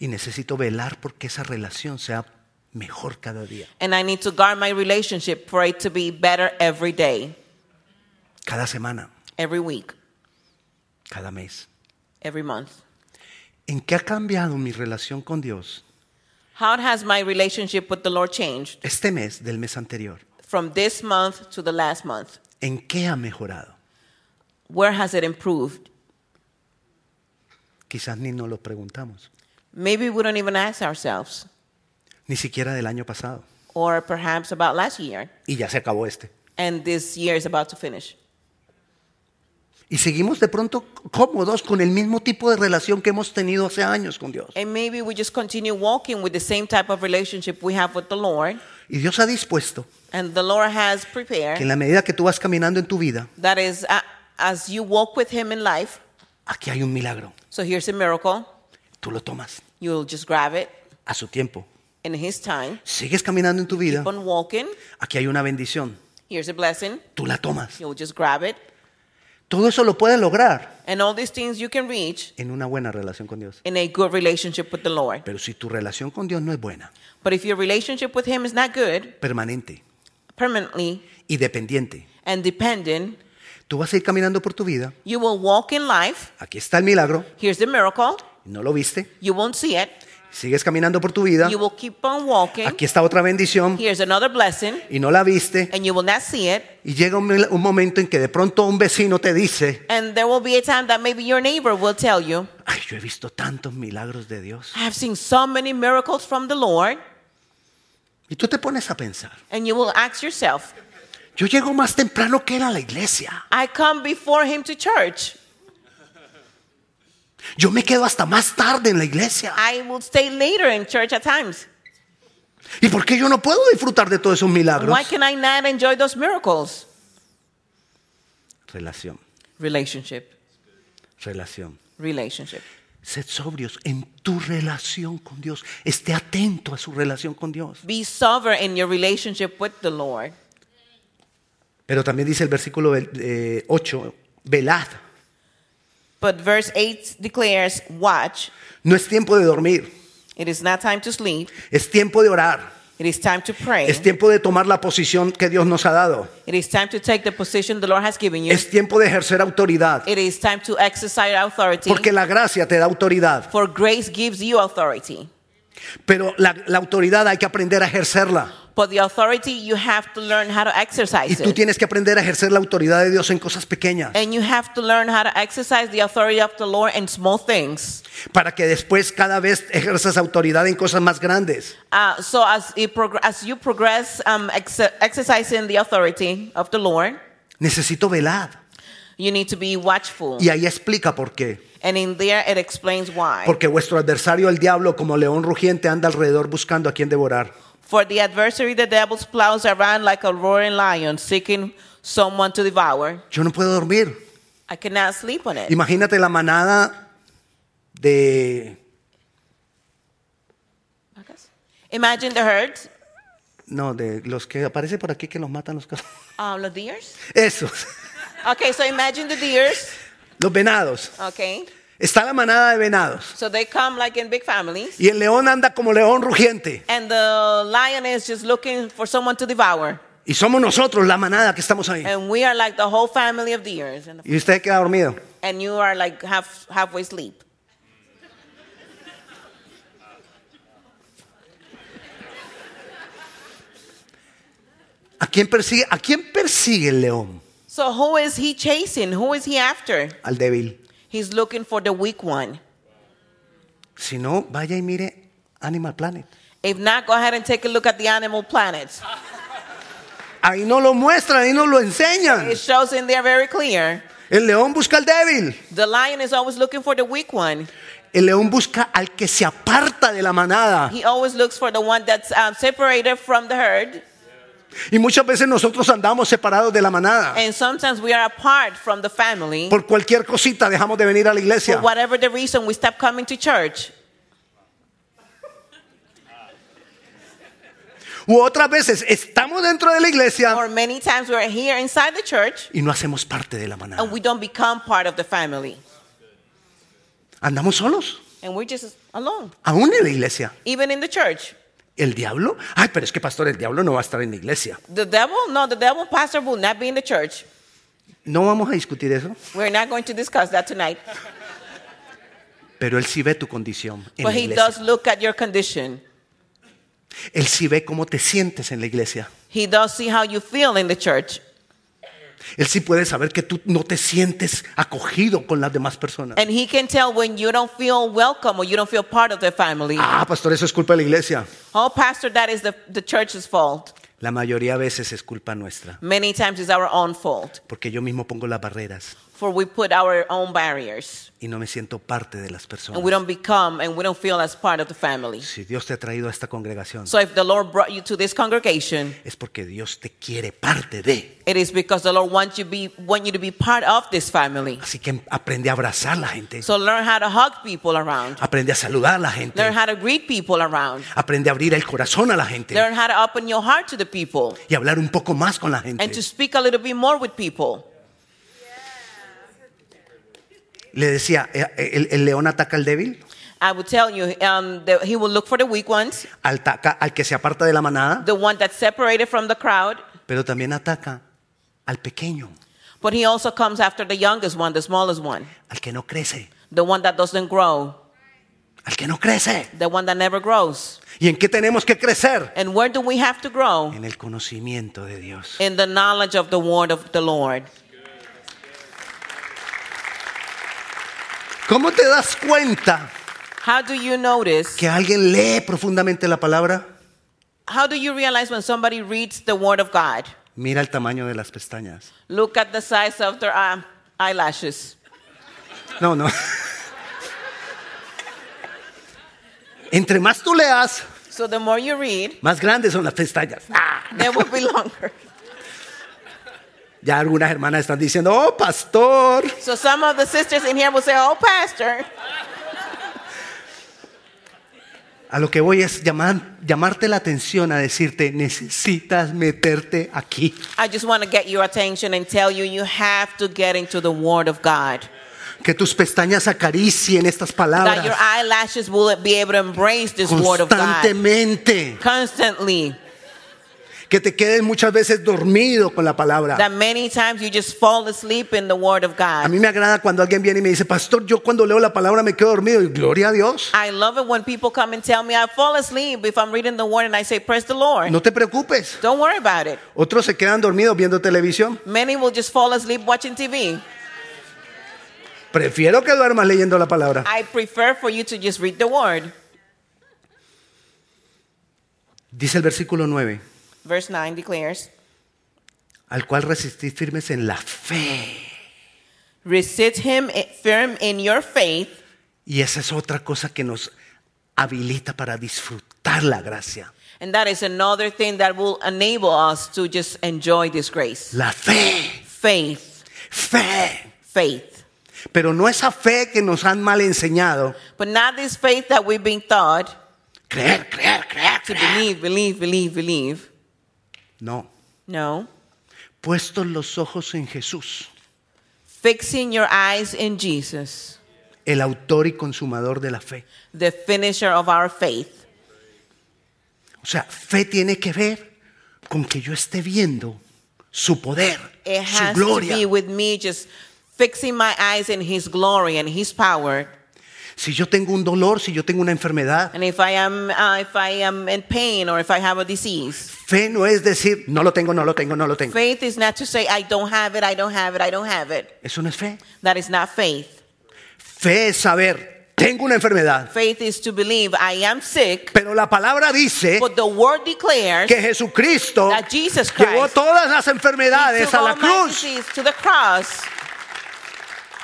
Speaker 1: Y necesito velar porque esa relación sea mejor cada día.
Speaker 2: And I need to guard my relationship for it to be better every day,
Speaker 1: cada semana,
Speaker 2: every week,
Speaker 1: cada mes.
Speaker 2: every month.
Speaker 1: ¿En qué ha cambiado mi relación con Dios
Speaker 2: How has my relationship with the Lord changed
Speaker 1: este mes del mes anterior?
Speaker 2: from this month to the last month?
Speaker 1: ¿En qué ha mejorado?
Speaker 2: Where has it improved?
Speaker 1: Quizás ni nos lo preguntamos,
Speaker 2: Maybe we don't even ask ourselves,
Speaker 1: ni siquiera del año pasado.
Speaker 2: or perhaps about last year,
Speaker 1: Y ya se acabó este.
Speaker 2: and this year is about to finish.
Speaker 1: Y seguimos de pronto cómodos con el mismo tipo de relación que hemos tenido hace años con Dios.
Speaker 2: And maybe we just continue walking with the same type of relationship we have with the Lord,
Speaker 1: Y Dios ha dispuesto
Speaker 2: and the Lord has
Speaker 1: que
Speaker 2: prepared.
Speaker 1: en la medida que tú vas caminando en tu vida,
Speaker 2: That is, uh, as you walk with Him in life,
Speaker 1: aquí hay un milagro.
Speaker 2: So here's a miracle.
Speaker 1: Tú lo tomas
Speaker 2: You'll just grab it
Speaker 1: a su tiempo.
Speaker 2: in his time.
Speaker 1: Sigues caminando en tu vida,
Speaker 2: Keep on walking.
Speaker 1: aquí hay una bendición.
Speaker 2: Here's a blessing.
Speaker 1: Tú la tomas.
Speaker 2: You'll just grab it.
Speaker 1: Todo eso lo puedes lograr
Speaker 2: And all these things you can reach
Speaker 1: en una buena relación con Dios.
Speaker 2: in a good relationship with the Lord.
Speaker 1: Pero si tu relación con Dios no es buena,
Speaker 2: But if your relationship with him is not good,
Speaker 1: permanente
Speaker 2: permanently
Speaker 1: y dependiente,
Speaker 2: and dependent,
Speaker 1: tú vas a ir caminando por tu vida.
Speaker 2: you will walk in life.
Speaker 1: Aquí está el milagro,
Speaker 2: Here's the miracle.
Speaker 1: no lo viste,
Speaker 2: You won't see it.
Speaker 1: sigues caminando por tu vida,
Speaker 2: you will keep on walking.
Speaker 1: aquí está otra bendición
Speaker 2: Here's another blessing,
Speaker 1: y no la viste,
Speaker 2: and you will not see it.
Speaker 1: y llega un, un momento en que de pronto un vecino te dice,
Speaker 2: And there will be a time that maybe your neighbor will tell you,
Speaker 1: ay, yo he visto tantos milagros de Dios.
Speaker 2: I have seen so many miracles from the Lord.
Speaker 1: Y tú te pones a pensar,
Speaker 2: And you will ask yourself,
Speaker 1: yo llego más temprano que él a la iglesia,
Speaker 2: I come before him to church.
Speaker 1: yo me quedo hasta más tarde en la iglesia.
Speaker 2: I will stay later in church at times.
Speaker 1: ¿Y por qué yo no puedo disfrutar de todos esos milagros?
Speaker 2: Why can I not enjoy those miracles?
Speaker 1: Relación,
Speaker 2: Relationship.
Speaker 1: relación.
Speaker 2: Relationship.
Speaker 1: Sed sobrios en tu relación con Dios. Esté atento a su relación con Dios.
Speaker 2: Be sovereign in your relationship with the Lord.
Speaker 1: Pero también dice el versículo 8, velad.
Speaker 2: But verse 8 declares, Watch,
Speaker 1: No es tiempo de dormir,
Speaker 2: it is not time to sleep,
Speaker 1: es tiempo de orar,
Speaker 2: it is time to pray,
Speaker 1: es tiempo de tomar la posición que Dios nos ha dado,
Speaker 2: it is time to take the position the Lord has given you,
Speaker 1: es tiempo de ejercer autoridad,
Speaker 2: it is time to exercise authority,
Speaker 1: porque la gracia te da autoridad,
Speaker 2: for grace gives you authority.
Speaker 1: pero la, la autoridad hay que aprender a ejercerla.
Speaker 2: But the authority, you have to learn how to
Speaker 1: Y
Speaker 2: exercise
Speaker 1: tú
Speaker 2: it.
Speaker 1: tienes que aprender a ejercer la autoridad de Dios en cosas pequeñas,
Speaker 2: And you have to learn how to exercise the authority of the Lord in small things.
Speaker 1: para que después cada vez ejerzas autoridad en cosas más grandes.
Speaker 2: Uh, so as, it prog- as you progress um, ex- exercising the authority of the Lord,
Speaker 1: Necesito velad.
Speaker 2: you need to be watchful.
Speaker 1: Y ahí explica por qué.
Speaker 2: And in there, it explains why.
Speaker 1: Porque vuestro adversario, el diablo, como león rugiente, anda alrededor buscando a quien devorar.
Speaker 2: For the adversary, the devil, plows around like a roaring lion, seeking someone to devour.
Speaker 1: Yo no puedo dormir.
Speaker 2: I cannot sleep on it.
Speaker 1: Imagínate la manada de...
Speaker 2: Imagine the herds,
Speaker 1: No, de los que aparece por aquí que los matan los... ca-
Speaker 2: um, the deers.
Speaker 1: Esos,
Speaker 2: Okay, so imagine the deers.
Speaker 1: los venados.
Speaker 2: Okay,
Speaker 1: Está la manada de venados.
Speaker 2: so they come like in big families.
Speaker 1: Y el león anda como león rugiente.
Speaker 2: And the lion is just looking for someone to devour.
Speaker 1: Y somos nosotros la manada que estamos ahí.
Speaker 2: And we are like the whole family of deers. And,
Speaker 1: Y usted queda dormido.
Speaker 2: and you are like half, halfway sleep.
Speaker 1: ¿A quién persigue, ¿A quién persigue el león?
Speaker 2: So who is he chasing? Who is he after?
Speaker 1: Al débil.
Speaker 2: He's looking for the weak one.
Speaker 1: Si no, vaya y mire Animal Planet.
Speaker 2: If not, go ahead and take a look at the animal planet.
Speaker 1: Ahí no lo muestran, ahí no lo enseñan.
Speaker 2: It shows in there very clear.
Speaker 1: El león busca al débil.
Speaker 2: The lion is always looking for the weak one.
Speaker 1: El león busca al que se aparta de la manada.
Speaker 2: He always looks for the one that's um, separated from the herd.
Speaker 1: Y muchas veces nosotros andamos separados de la manada.
Speaker 2: And sometimes we are apart from the family.
Speaker 1: Por cualquier cosita dejamos de venir a la
Speaker 2: For
Speaker 1: iglesia.
Speaker 2: whatever the reason, we stop coming to church.
Speaker 1: U otras veces estamos dentro de la iglesia
Speaker 2: Or many times we're here inside the church
Speaker 1: y no hacemos parte de la manada.
Speaker 2: and we don't become part of the family.
Speaker 1: Andamos solos,
Speaker 2: And we're just alone,
Speaker 1: aún en la iglesia.
Speaker 2: even in the church.
Speaker 1: El diablo, ay, pero es que pastor, el diablo no va a estar en la iglesia.
Speaker 2: The devil? No, the devil pastor will not be in the church.
Speaker 1: No vamos a discutir eso,
Speaker 2: We're not going to discuss that tonight.
Speaker 1: pero él sí ve tu condición en
Speaker 2: But
Speaker 1: la
Speaker 2: he
Speaker 1: iglesia.
Speaker 2: does look at your condition.
Speaker 1: Él sí ve cómo te sientes en la iglesia.
Speaker 2: He does see how you feel in the church.
Speaker 1: Él sí puede saber que tú no te sientes acogido con las demás personas.
Speaker 2: And he can tell when you don't feel welcome or you don't feel part of the family.
Speaker 1: Ah, pastor, eso es culpa de la iglesia.
Speaker 2: Oh, pastor, that is the, the church's fault.
Speaker 1: La mayoría de veces es culpa nuestra,
Speaker 2: Many times it's our own fault,
Speaker 1: porque yo mismo pongo las barreras
Speaker 2: for we put our own barriers.
Speaker 1: y no me siento parte de las
Speaker 2: And we
Speaker 1: personas.
Speaker 2: don't become and we don't feel as part of the family.
Speaker 1: Si Dios te ha traído a esta congregación,
Speaker 2: So if the Lord brought you to this congregation,
Speaker 1: es porque Dios te quiere parte de.
Speaker 2: it is because the Lord wants you, be, want you to be part of this family.
Speaker 1: Así que aprende a abrazar a la gente,
Speaker 2: So learn how to hug people around.
Speaker 1: aprende a saludar a la gente,
Speaker 2: Learn how to greet people around.
Speaker 1: aprende a abrir el corazón a la gente
Speaker 2: Learn how to open your heart to the people
Speaker 1: y hablar un poco más con la
Speaker 2: and
Speaker 1: gente.
Speaker 2: to speak a little bit more with people.
Speaker 1: Le decía, eh, el, el león ataca al débil,
Speaker 2: I would tell you, um, that he will look for the weak ones,
Speaker 1: ataca al que se aparta de la manada,
Speaker 2: the one that's separated from the crowd,
Speaker 1: pero también ataca al pequeño,
Speaker 2: but he also comes after the youngest one, the smallest one,
Speaker 1: al que no crece,
Speaker 2: the one that doesn't grow,
Speaker 1: al que no crece.
Speaker 2: the one that never grows.
Speaker 1: ¿Y en qué tenemos que crecer?
Speaker 2: And where do we have to grow?
Speaker 1: En el conocimiento de Dios.
Speaker 2: In the knowledge of the word of the Lord.
Speaker 1: ¿Cómo te das cuenta
Speaker 2: How do you notice?
Speaker 1: que alguien lee profundamente la palabra?
Speaker 2: How do you realize when somebody reads the word of God?
Speaker 1: Mira el tamaño de las pestañas.
Speaker 2: Look at the size of their um, eyelashes.
Speaker 1: No, no. Entre más tú leas,
Speaker 2: So the more you read,
Speaker 1: más grandes son las pestañas. Ah,
Speaker 2: they will be longer.
Speaker 1: ya algunas hermanas están diciendo, oh, pastor.
Speaker 2: So some of the sisters in here will say, "Oh, pastor."
Speaker 1: A lo que voy es llamar- llamarte la atención a decirte, necesitas meterte aquí.
Speaker 2: I just want to get your attention and tell you you have to get into the word of God.
Speaker 1: Que tus pestañas acaricien estas
Speaker 2: That your
Speaker 1: palabras
Speaker 2: eyelashes will be able to embrace this word of God
Speaker 1: constantemente.
Speaker 2: constantly.
Speaker 1: Que te quedes muchas veces dormido con la palabra.
Speaker 2: That many times you just fall asleep in the word of
Speaker 1: A
Speaker 2: God.
Speaker 1: mí me agrada cuando alguien viene y me dice, pastor, yo cuando leo la palabra me quedo dormido. Y gloria a Dios.
Speaker 2: I love it when people come and tell me I fall asleep if I'm reading the word and I say, Praise the Lord.
Speaker 1: No te preocupes.
Speaker 2: Don't worry about it.
Speaker 1: Otros se quedan dormidos viendo televisión.
Speaker 2: Many will just fall asleep watching TV.
Speaker 1: Prefiero que duermas leyendo la palabra.
Speaker 2: I prefer for you to just read the word.
Speaker 1: Dice el versículo 9,
Speaker 2: Verse 9 declares,
Speaker 1: al cual resistís firmes en la fe.
Speaker 2: Resist him firm in your faith.
Speaker 1: Y esa es otra cosa que nos habilita para disfrutar la gracia.
Speaker 2: And that is another thing that will enable us to just enjoy this grace.
Speaker 1: La fe,
Speaker 2: Faith,
Speaker 1: fe.
Speaker 2: faith.
Speaker 1: Pero no esa fe que nos han mal enseñado.
Speaker 2: But not this faith that we've been taught
Speaker 1: Creer, creer, creer,
Speaker 2: to
Speaker 1: creer.
Speaker 2: believe, believe, believe, believe.
Speaker 1: No.
Speaker 2: No.
Speaker 1: Puestos los ojos en Jesús,
Speaker 2: Fixing your eyes in Jesus,
Speaker 1: el autor y consumador de la fe.
Speaker 2: the finisher of our faith.
Speaker 1: O sea, fe tiene que ver con que yo esté viendo su poder,
Speaker 2: It
Speaker 1: su
Speaker 2: has to
Speaker 1: gloria.
Speaker 2: be with me just fixing my eyes in his glory and his power.
Speaker 1: Si yo tengo un dolor, si yo tengo una enfermedad,
Speaker 2: And if I am uh, if I am in pain or if I have a disease,
Speaker 1: fe no es decir, no lo tengo, no lo tengo, no lo tengo.
Speaker 2: faith is not to say I don't have it, I don't have it, I don't have it.
Speaker 1: Eso no es fe.
Speaker 2: That is not faith.
Speaker 1: Fe es saber, tengo una enfermedad.
Speaker 2: Faith is to believe I am sick,
Speaker 1: Pero la palabra dice
Speaker 2: but the word declares
Speaker 1: que Jesucristo
Speaker 2: that Pues, Jesus Christ
Speaker 1: llevó todas las
Speaker 2: he
Speaker 1: enfermedades
Speaker 2: took
Speaker 1: a
Speaker 2: all
Speaker 1: la
Speaker 2: my
Speaker 1: cruz,
Speaker 2: disease to the cross,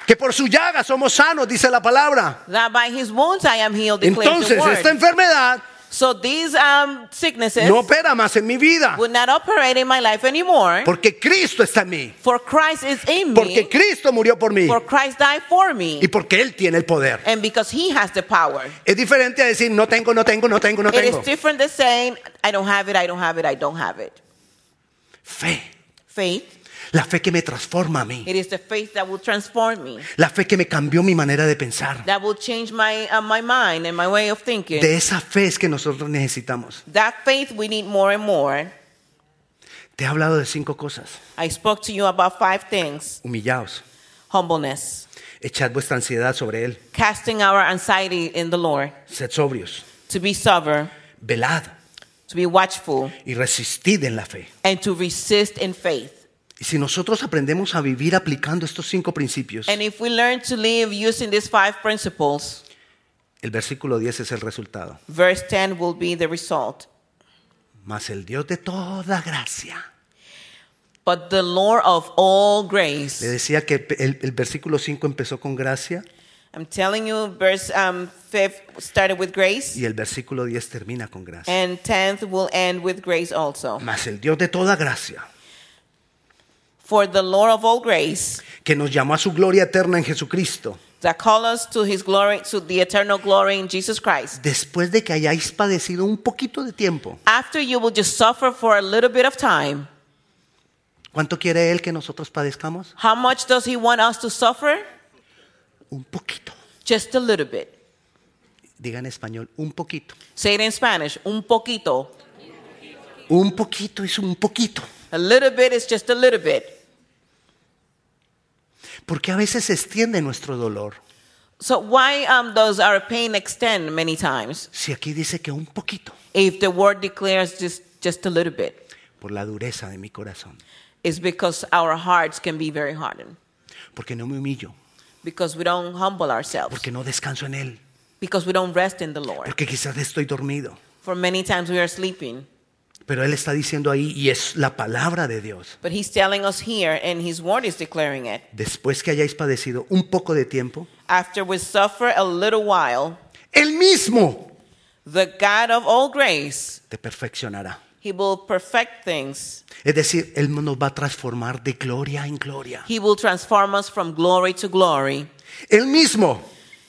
Speaker 1: que por su llaga somos sanos, dice la palabra.
Speaker 2: that by his wounds I am healed, declares
Speaker 1: Entonces,
Speaker 2: the word.
Speaker 1: esta enfermedad
Speaker 2: so these um, sicknesses
Speaker 1: no opera más en mi vida,
Speaker 2: will not operate in my life anymore,
Speaker 1: porque Cristo está en mí,
Speaker 2: for Christ is in me,
Speaker 1: porque Cristo murió por mí
Speaker 2: for Christ died for me,
Speaker 1: y porque Él tiene el poder.
Speaker 2: and because he has the power.
Speaker 1: Es diferente a decir, no tengo, no tengo, no tengo, no
Speaker 2: It is
Speaker 1: tengo.
Speaker 2: different than saying, I don't have it, I don't have it, I don't have it.
Speaker 1: Fe.
Speaker 2: Faith,
Speaker 1: La fe que me transforma a mí.
Speaker 2: it is the faith that will transform me,
Speaker 1: La fe que me cambió mi manera de pensar.
Speaker 2: that will change my, uh, my mind and my way of thinking.
Speaker 1: De esa fe es que nosotros necesitamos.
Speaker 2: That faith we need more and more.
Speaker 1: Te he hablado de cinco cosas.
Speaker 2: I spoke to you about five things
Speaker 1: Humillaos.
Speaker 2: humbleness,
Speaker 1: Echad vuestra ansiedad sobre él.
Speaker 2: casting our anxiety in the Lord,
Speaker 1: Sed sobrios.
Speaker 2: to be sober,
Speaker 1: Velad
Speaker 2: to be watchful,
Speaker 1: y resistid en la fe.
Speaker 2: and to resist in faith.
Speaker 1: Y si nosotros aprendemos a vivir aplicando estos cinco principios,
Speaker 2: And if we learn to live using these five principles,
Speaker 1: el versículo 10 es el resultado.
Speaker 2: verse 10 will be the result.
Speaker 1: Mas el Dios de toda gracia.
Speaker 2: But the Lord of all
Speaker 1: Le
Speaker 2: grace.
Speaker 1: decía que el, el versículo 5 empezó con gracia
Speaker 2: I'm telling you, verse um, 5 started with grace,
Speaker 1: y el versículo 10 termina con gracia.
Speaker 2: and 10th will end with grace also.
Speaker 1: Mas el Dios de toda gracia.
Speaker 2: For the Lord of all grace.
Speaker 1: que nos llamó a su gloria eterna en Jesucristo,
Speaker 2: that call us to his glory, to the eternal glory in Jesus Christ.
Speaker 1: después de que hayáis padecido un poquito de tiempo,
Speaker 2: After you will just suffer for a little bit of time,
Speaker 1: ¿cuánto quiere Él que nosotros padezcamos?
Speaker 2: how much does he want us to suffer?
Speaker 1: Un poquito.
Speaker 2: Just a little bit.
Speaker 1: Diga en español, un poquito.
Speaker 2: Say it in Spanish, un poquito.
Speaker 1: Un poquito es un poquito.
Speaker 2: A little bit is just a little bit.
Speaker 1: Porque a veces se extiende nuestro dolor.
Speaker 2: So why um, does our pain extend many times
Speaker 1: Si aquí dice que un poquito,
Speaker 2: if the word declares just, just a little bit?
Speaker 1: por la dureza de mi corazón,
Speaker 2: It's because our hearts can be very hardened,
Speaker 1: porque no me humillo,
Speaker 2: because we don't humble ourselves,
Speaker 1: porque no descanso en Él,
Speaker 2: because we don't rest in the Lord.
Speaker 1: porque quizás estoy dormido.
Speaker 2: For many times we are sleeping.
Speaker 1: Pero Él está diciendo ahí, y es la palabra de Dios,
Speaker 2: But he's telling us here, and his word is declaring it.
Speaker 1: después que hayáis padecido un poco de tiempo,
Speaker 2: After we suffer a little while,
Speaker 1: Él mismo
Speaker 2: the God of all grace,
Speaker 1: te perfeccionará.
Speaker 2: he will perfect things.
Speaker 1: Es decir, Él nos va a transformar de gloria en gloria.
Speaker 2: He will transform us from glory to glory.
Speaker 1: Él mismo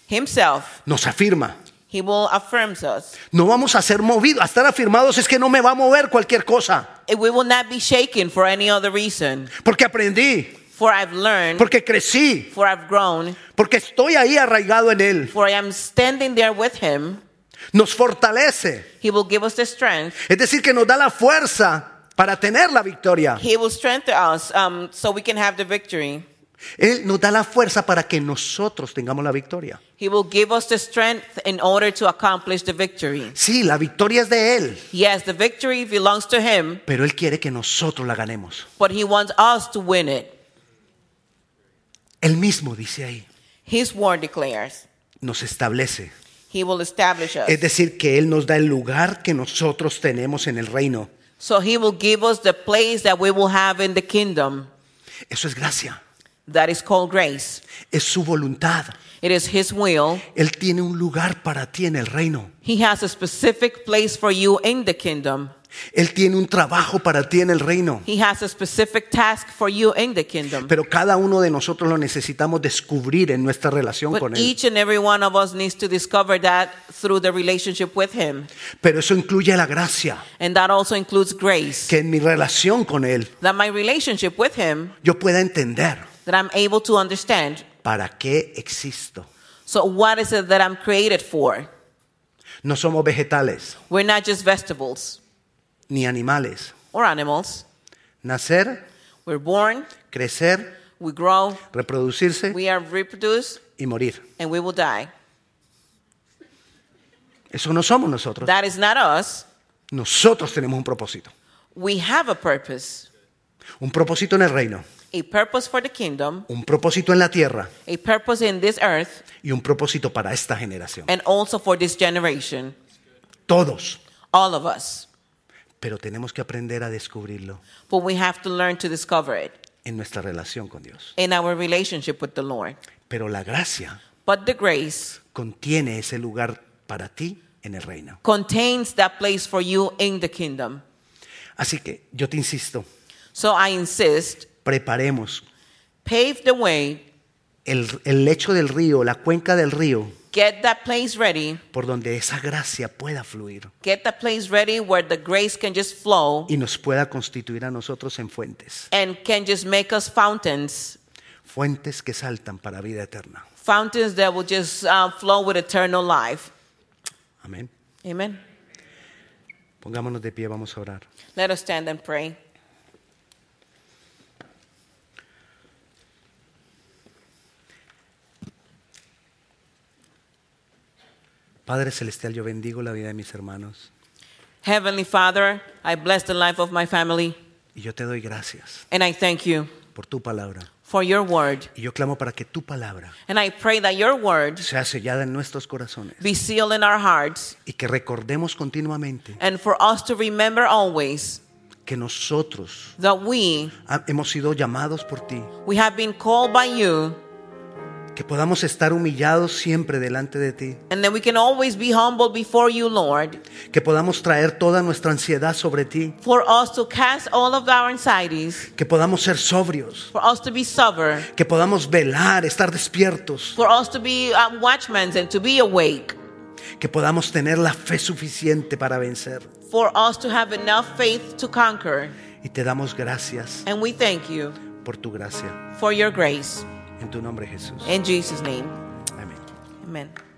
Speaker 2: Himself,
Speaker 1: nos afirma.
Speaker 2: he will affirm us.
Speaker 1: No vamos a ser movidos. A estar afirmados es que no me va a mover cualquier cosa.
Speaker 2: And We will not be shaken for any other reason.
Speaker 1: Porque aprendí,
Speaker 2: For I've learned,
Speaker 1: porque crecí,
Speaker 2: for I've grown,
Speaker 1: porque estoy ahí arraigado en Él.
Speaker 2: for I am standing there with him.
Speaker 1: Nos fortalece.
Speaker 2: He will give us the strength.
Speaker 1: Es decir, que nos da la fuerza para tener la victoria.
Speaker 2: He will strengthen us um, so we can have the victory.
Speaker 1: Él nos da la fuerza para que nosotros tengamos la victoria.
Speaker 2: He will give us the strength in order to accomplish the victory.
Speaker 1: Sí, la victoria es de Él,
Speaker 2: Yes, the victory belongs to him,
Speaker 1: pero Él quiere que nosotros la ganemos.
Speaker 2: but he wants us to win it.
Speaker 1: Él mismo dice ahí,
Speaker 2: His word declares
Speaker 1: nos establece.
Speaker 2: he will establish us.
Speaker 1: Es decir, que Él nos da el lugar que nosotros tenemos en el reino.
Speaker 2: So he will give us the place that we will have in the kingdom.
Speaker 1: Eso es gracia.
Speaker 2: That is called grace.
Speaker 1: Es su voluntad.
Speaker 2: It is his will.
Speaker 1: Él tiene un lugar para ti en el reino.
Speaker 2: He has a specific place for you in the kingdom.
Speaker 1: Él tiene un trabajo para ti en el reino.
Speaker 2: He has a specific task for you in the kingdom.
Speaker 1: Pero cada uno de nosotros lo necesitamos descubrir en nuestra relación con
Speaker 2: But
Speaker 1: Él.
Speaker 2: each and every one of us needs to discover that through the relationship with him.
Speaker 1: Pero eso incluye la gracia,
Speaker 2: And that also includes grace.
Speaker 1: que en mi relación con Él
Speaker 2: That my relationship with him,
Speaker 1: yo pueda entender
Speaker 2: that I'm able to understand.
Speaker 1: para qué existo.
Speaker 2: So what is it that I'm created for?
Speaker 1: No somos vegetales
Speaker 2: We're not just vegetables
Speaker 1: ni animales.
Speaker 2: or animals.
Speaker 1: Nacer,
Speaker 2: We're born,
Speaker 1: crecer,
Speaker 2: we grow,
Speaker 1: reproducirse
Speaker 2: we are reproduced,
Speaker 1: y morir.
Speaker 2: and we will die.
Speaker 1: Eso no somos nosotros.
Speaker 2: That is not us.
Speaker 1: Nosotros tenemos un propósito.
Speaker 2: We have a purpose.
Speaker 1: Un propósito en el reino,
Speaker 2: A purpose for the kingdom,
Speaker 1: un propósito en la tierra
Speaker 2: a purpose in this earth,
Speaker 1: y un propósito para esta generación.
Speaker 2: and also for this generation.
Speaker 1: Todos.
Speaker 2: All of us.
Speaker 1: Pero tenemos que aprender a descubrirlo
Speaker 2: But we have to learn to discover it
Speaker 1: en nuestra relación con Dios.
Speaker 2: in our relationship with the Lord.
Speaker 1: Pero la gracia
Speaker 2: But the grace
Speaker 1: contiene ese lugar para ti en el reino.
Speaker 2: contains that place for you in the kingdom.
Speaker 1: Así que yo te insisto,
Speaker 2: So I insist,
Speaker 1: preparemos
Speaker 2: pave the way,
Speaker 1: el, el lecho del río, la cuenca del río,
Speaker 2: get that place ready,
Speaker 1: por donde esa gracia pueda fluir
Speaker 2: get that place ready where the grace can just flow
Speaker 1: y nos pueda constituir a nosotros en fuentes,
Speaker 2: and can just make us fountains,
Speaker 1: fuentes que saltan para vida eterna.
Speaker 2: fountains that will just uh, flow with eternal life.
Speaker 1: Amén.
Speaker 2: Amen.
Speaker 1: Pongámonos de pie, vamos a orar.
Speaker 2: Let us stand and pray.
Speaker 1: Padre Celestial, yo bendigo la vida de mis hermanos
Speaker 2: Heavenly Father, I bless the life of my family
Speaker 1: y yo te doy gracias
Speaker 2: and I thank you
Speaker 1: por tu palabra.
Speaker 2: for your word.
Speaker 1: Y yo clamo para que tu palabra
Speaker 2: And I pray that your word
Speaker 1: sea sellada en nuestros corazones
Speaker 2: be sealed in our hearts
Speaker 1: y que recordemos continuamente
Speaker 2: and for us to remember always
Speaker 1: que nosotros
Speaker 2: that we
Speaker 1: ha- hemos sido llamados por ti,
Speaker 2: we have been called by you
Speaker 1: que podamos estar humillados siempre delante de ti,
Speaker 2: and that we can always be humble before you, Lord,
Speaker 1: que podamos traer toda nuestra ansiedad sobre ti,
Speaker 2: for us to cast all of our anxieties,
Speaker 1: que podamos ser sobrios,
Speaker 2: for us to be sober,
Speaker 1: que podamos velar, estar despiertos,
Speaker 2: for us to be um, watchmen and to be awake,
Speaker 1: que podamos tener la fe suficiente para vencer.
Speaker 2: for us to have enough faith to conquer.
Speaker 1: Y te damos gracias
Speaker 2: And we thank you
Speaker 1: por tu gracia.
Speaker 2: for your grace. Eh.
Speaker 1: En tu nombre Jesús.
Speaker 2: In Jesus' name,
Speaker 1: Amén.
Speaker 2: amen.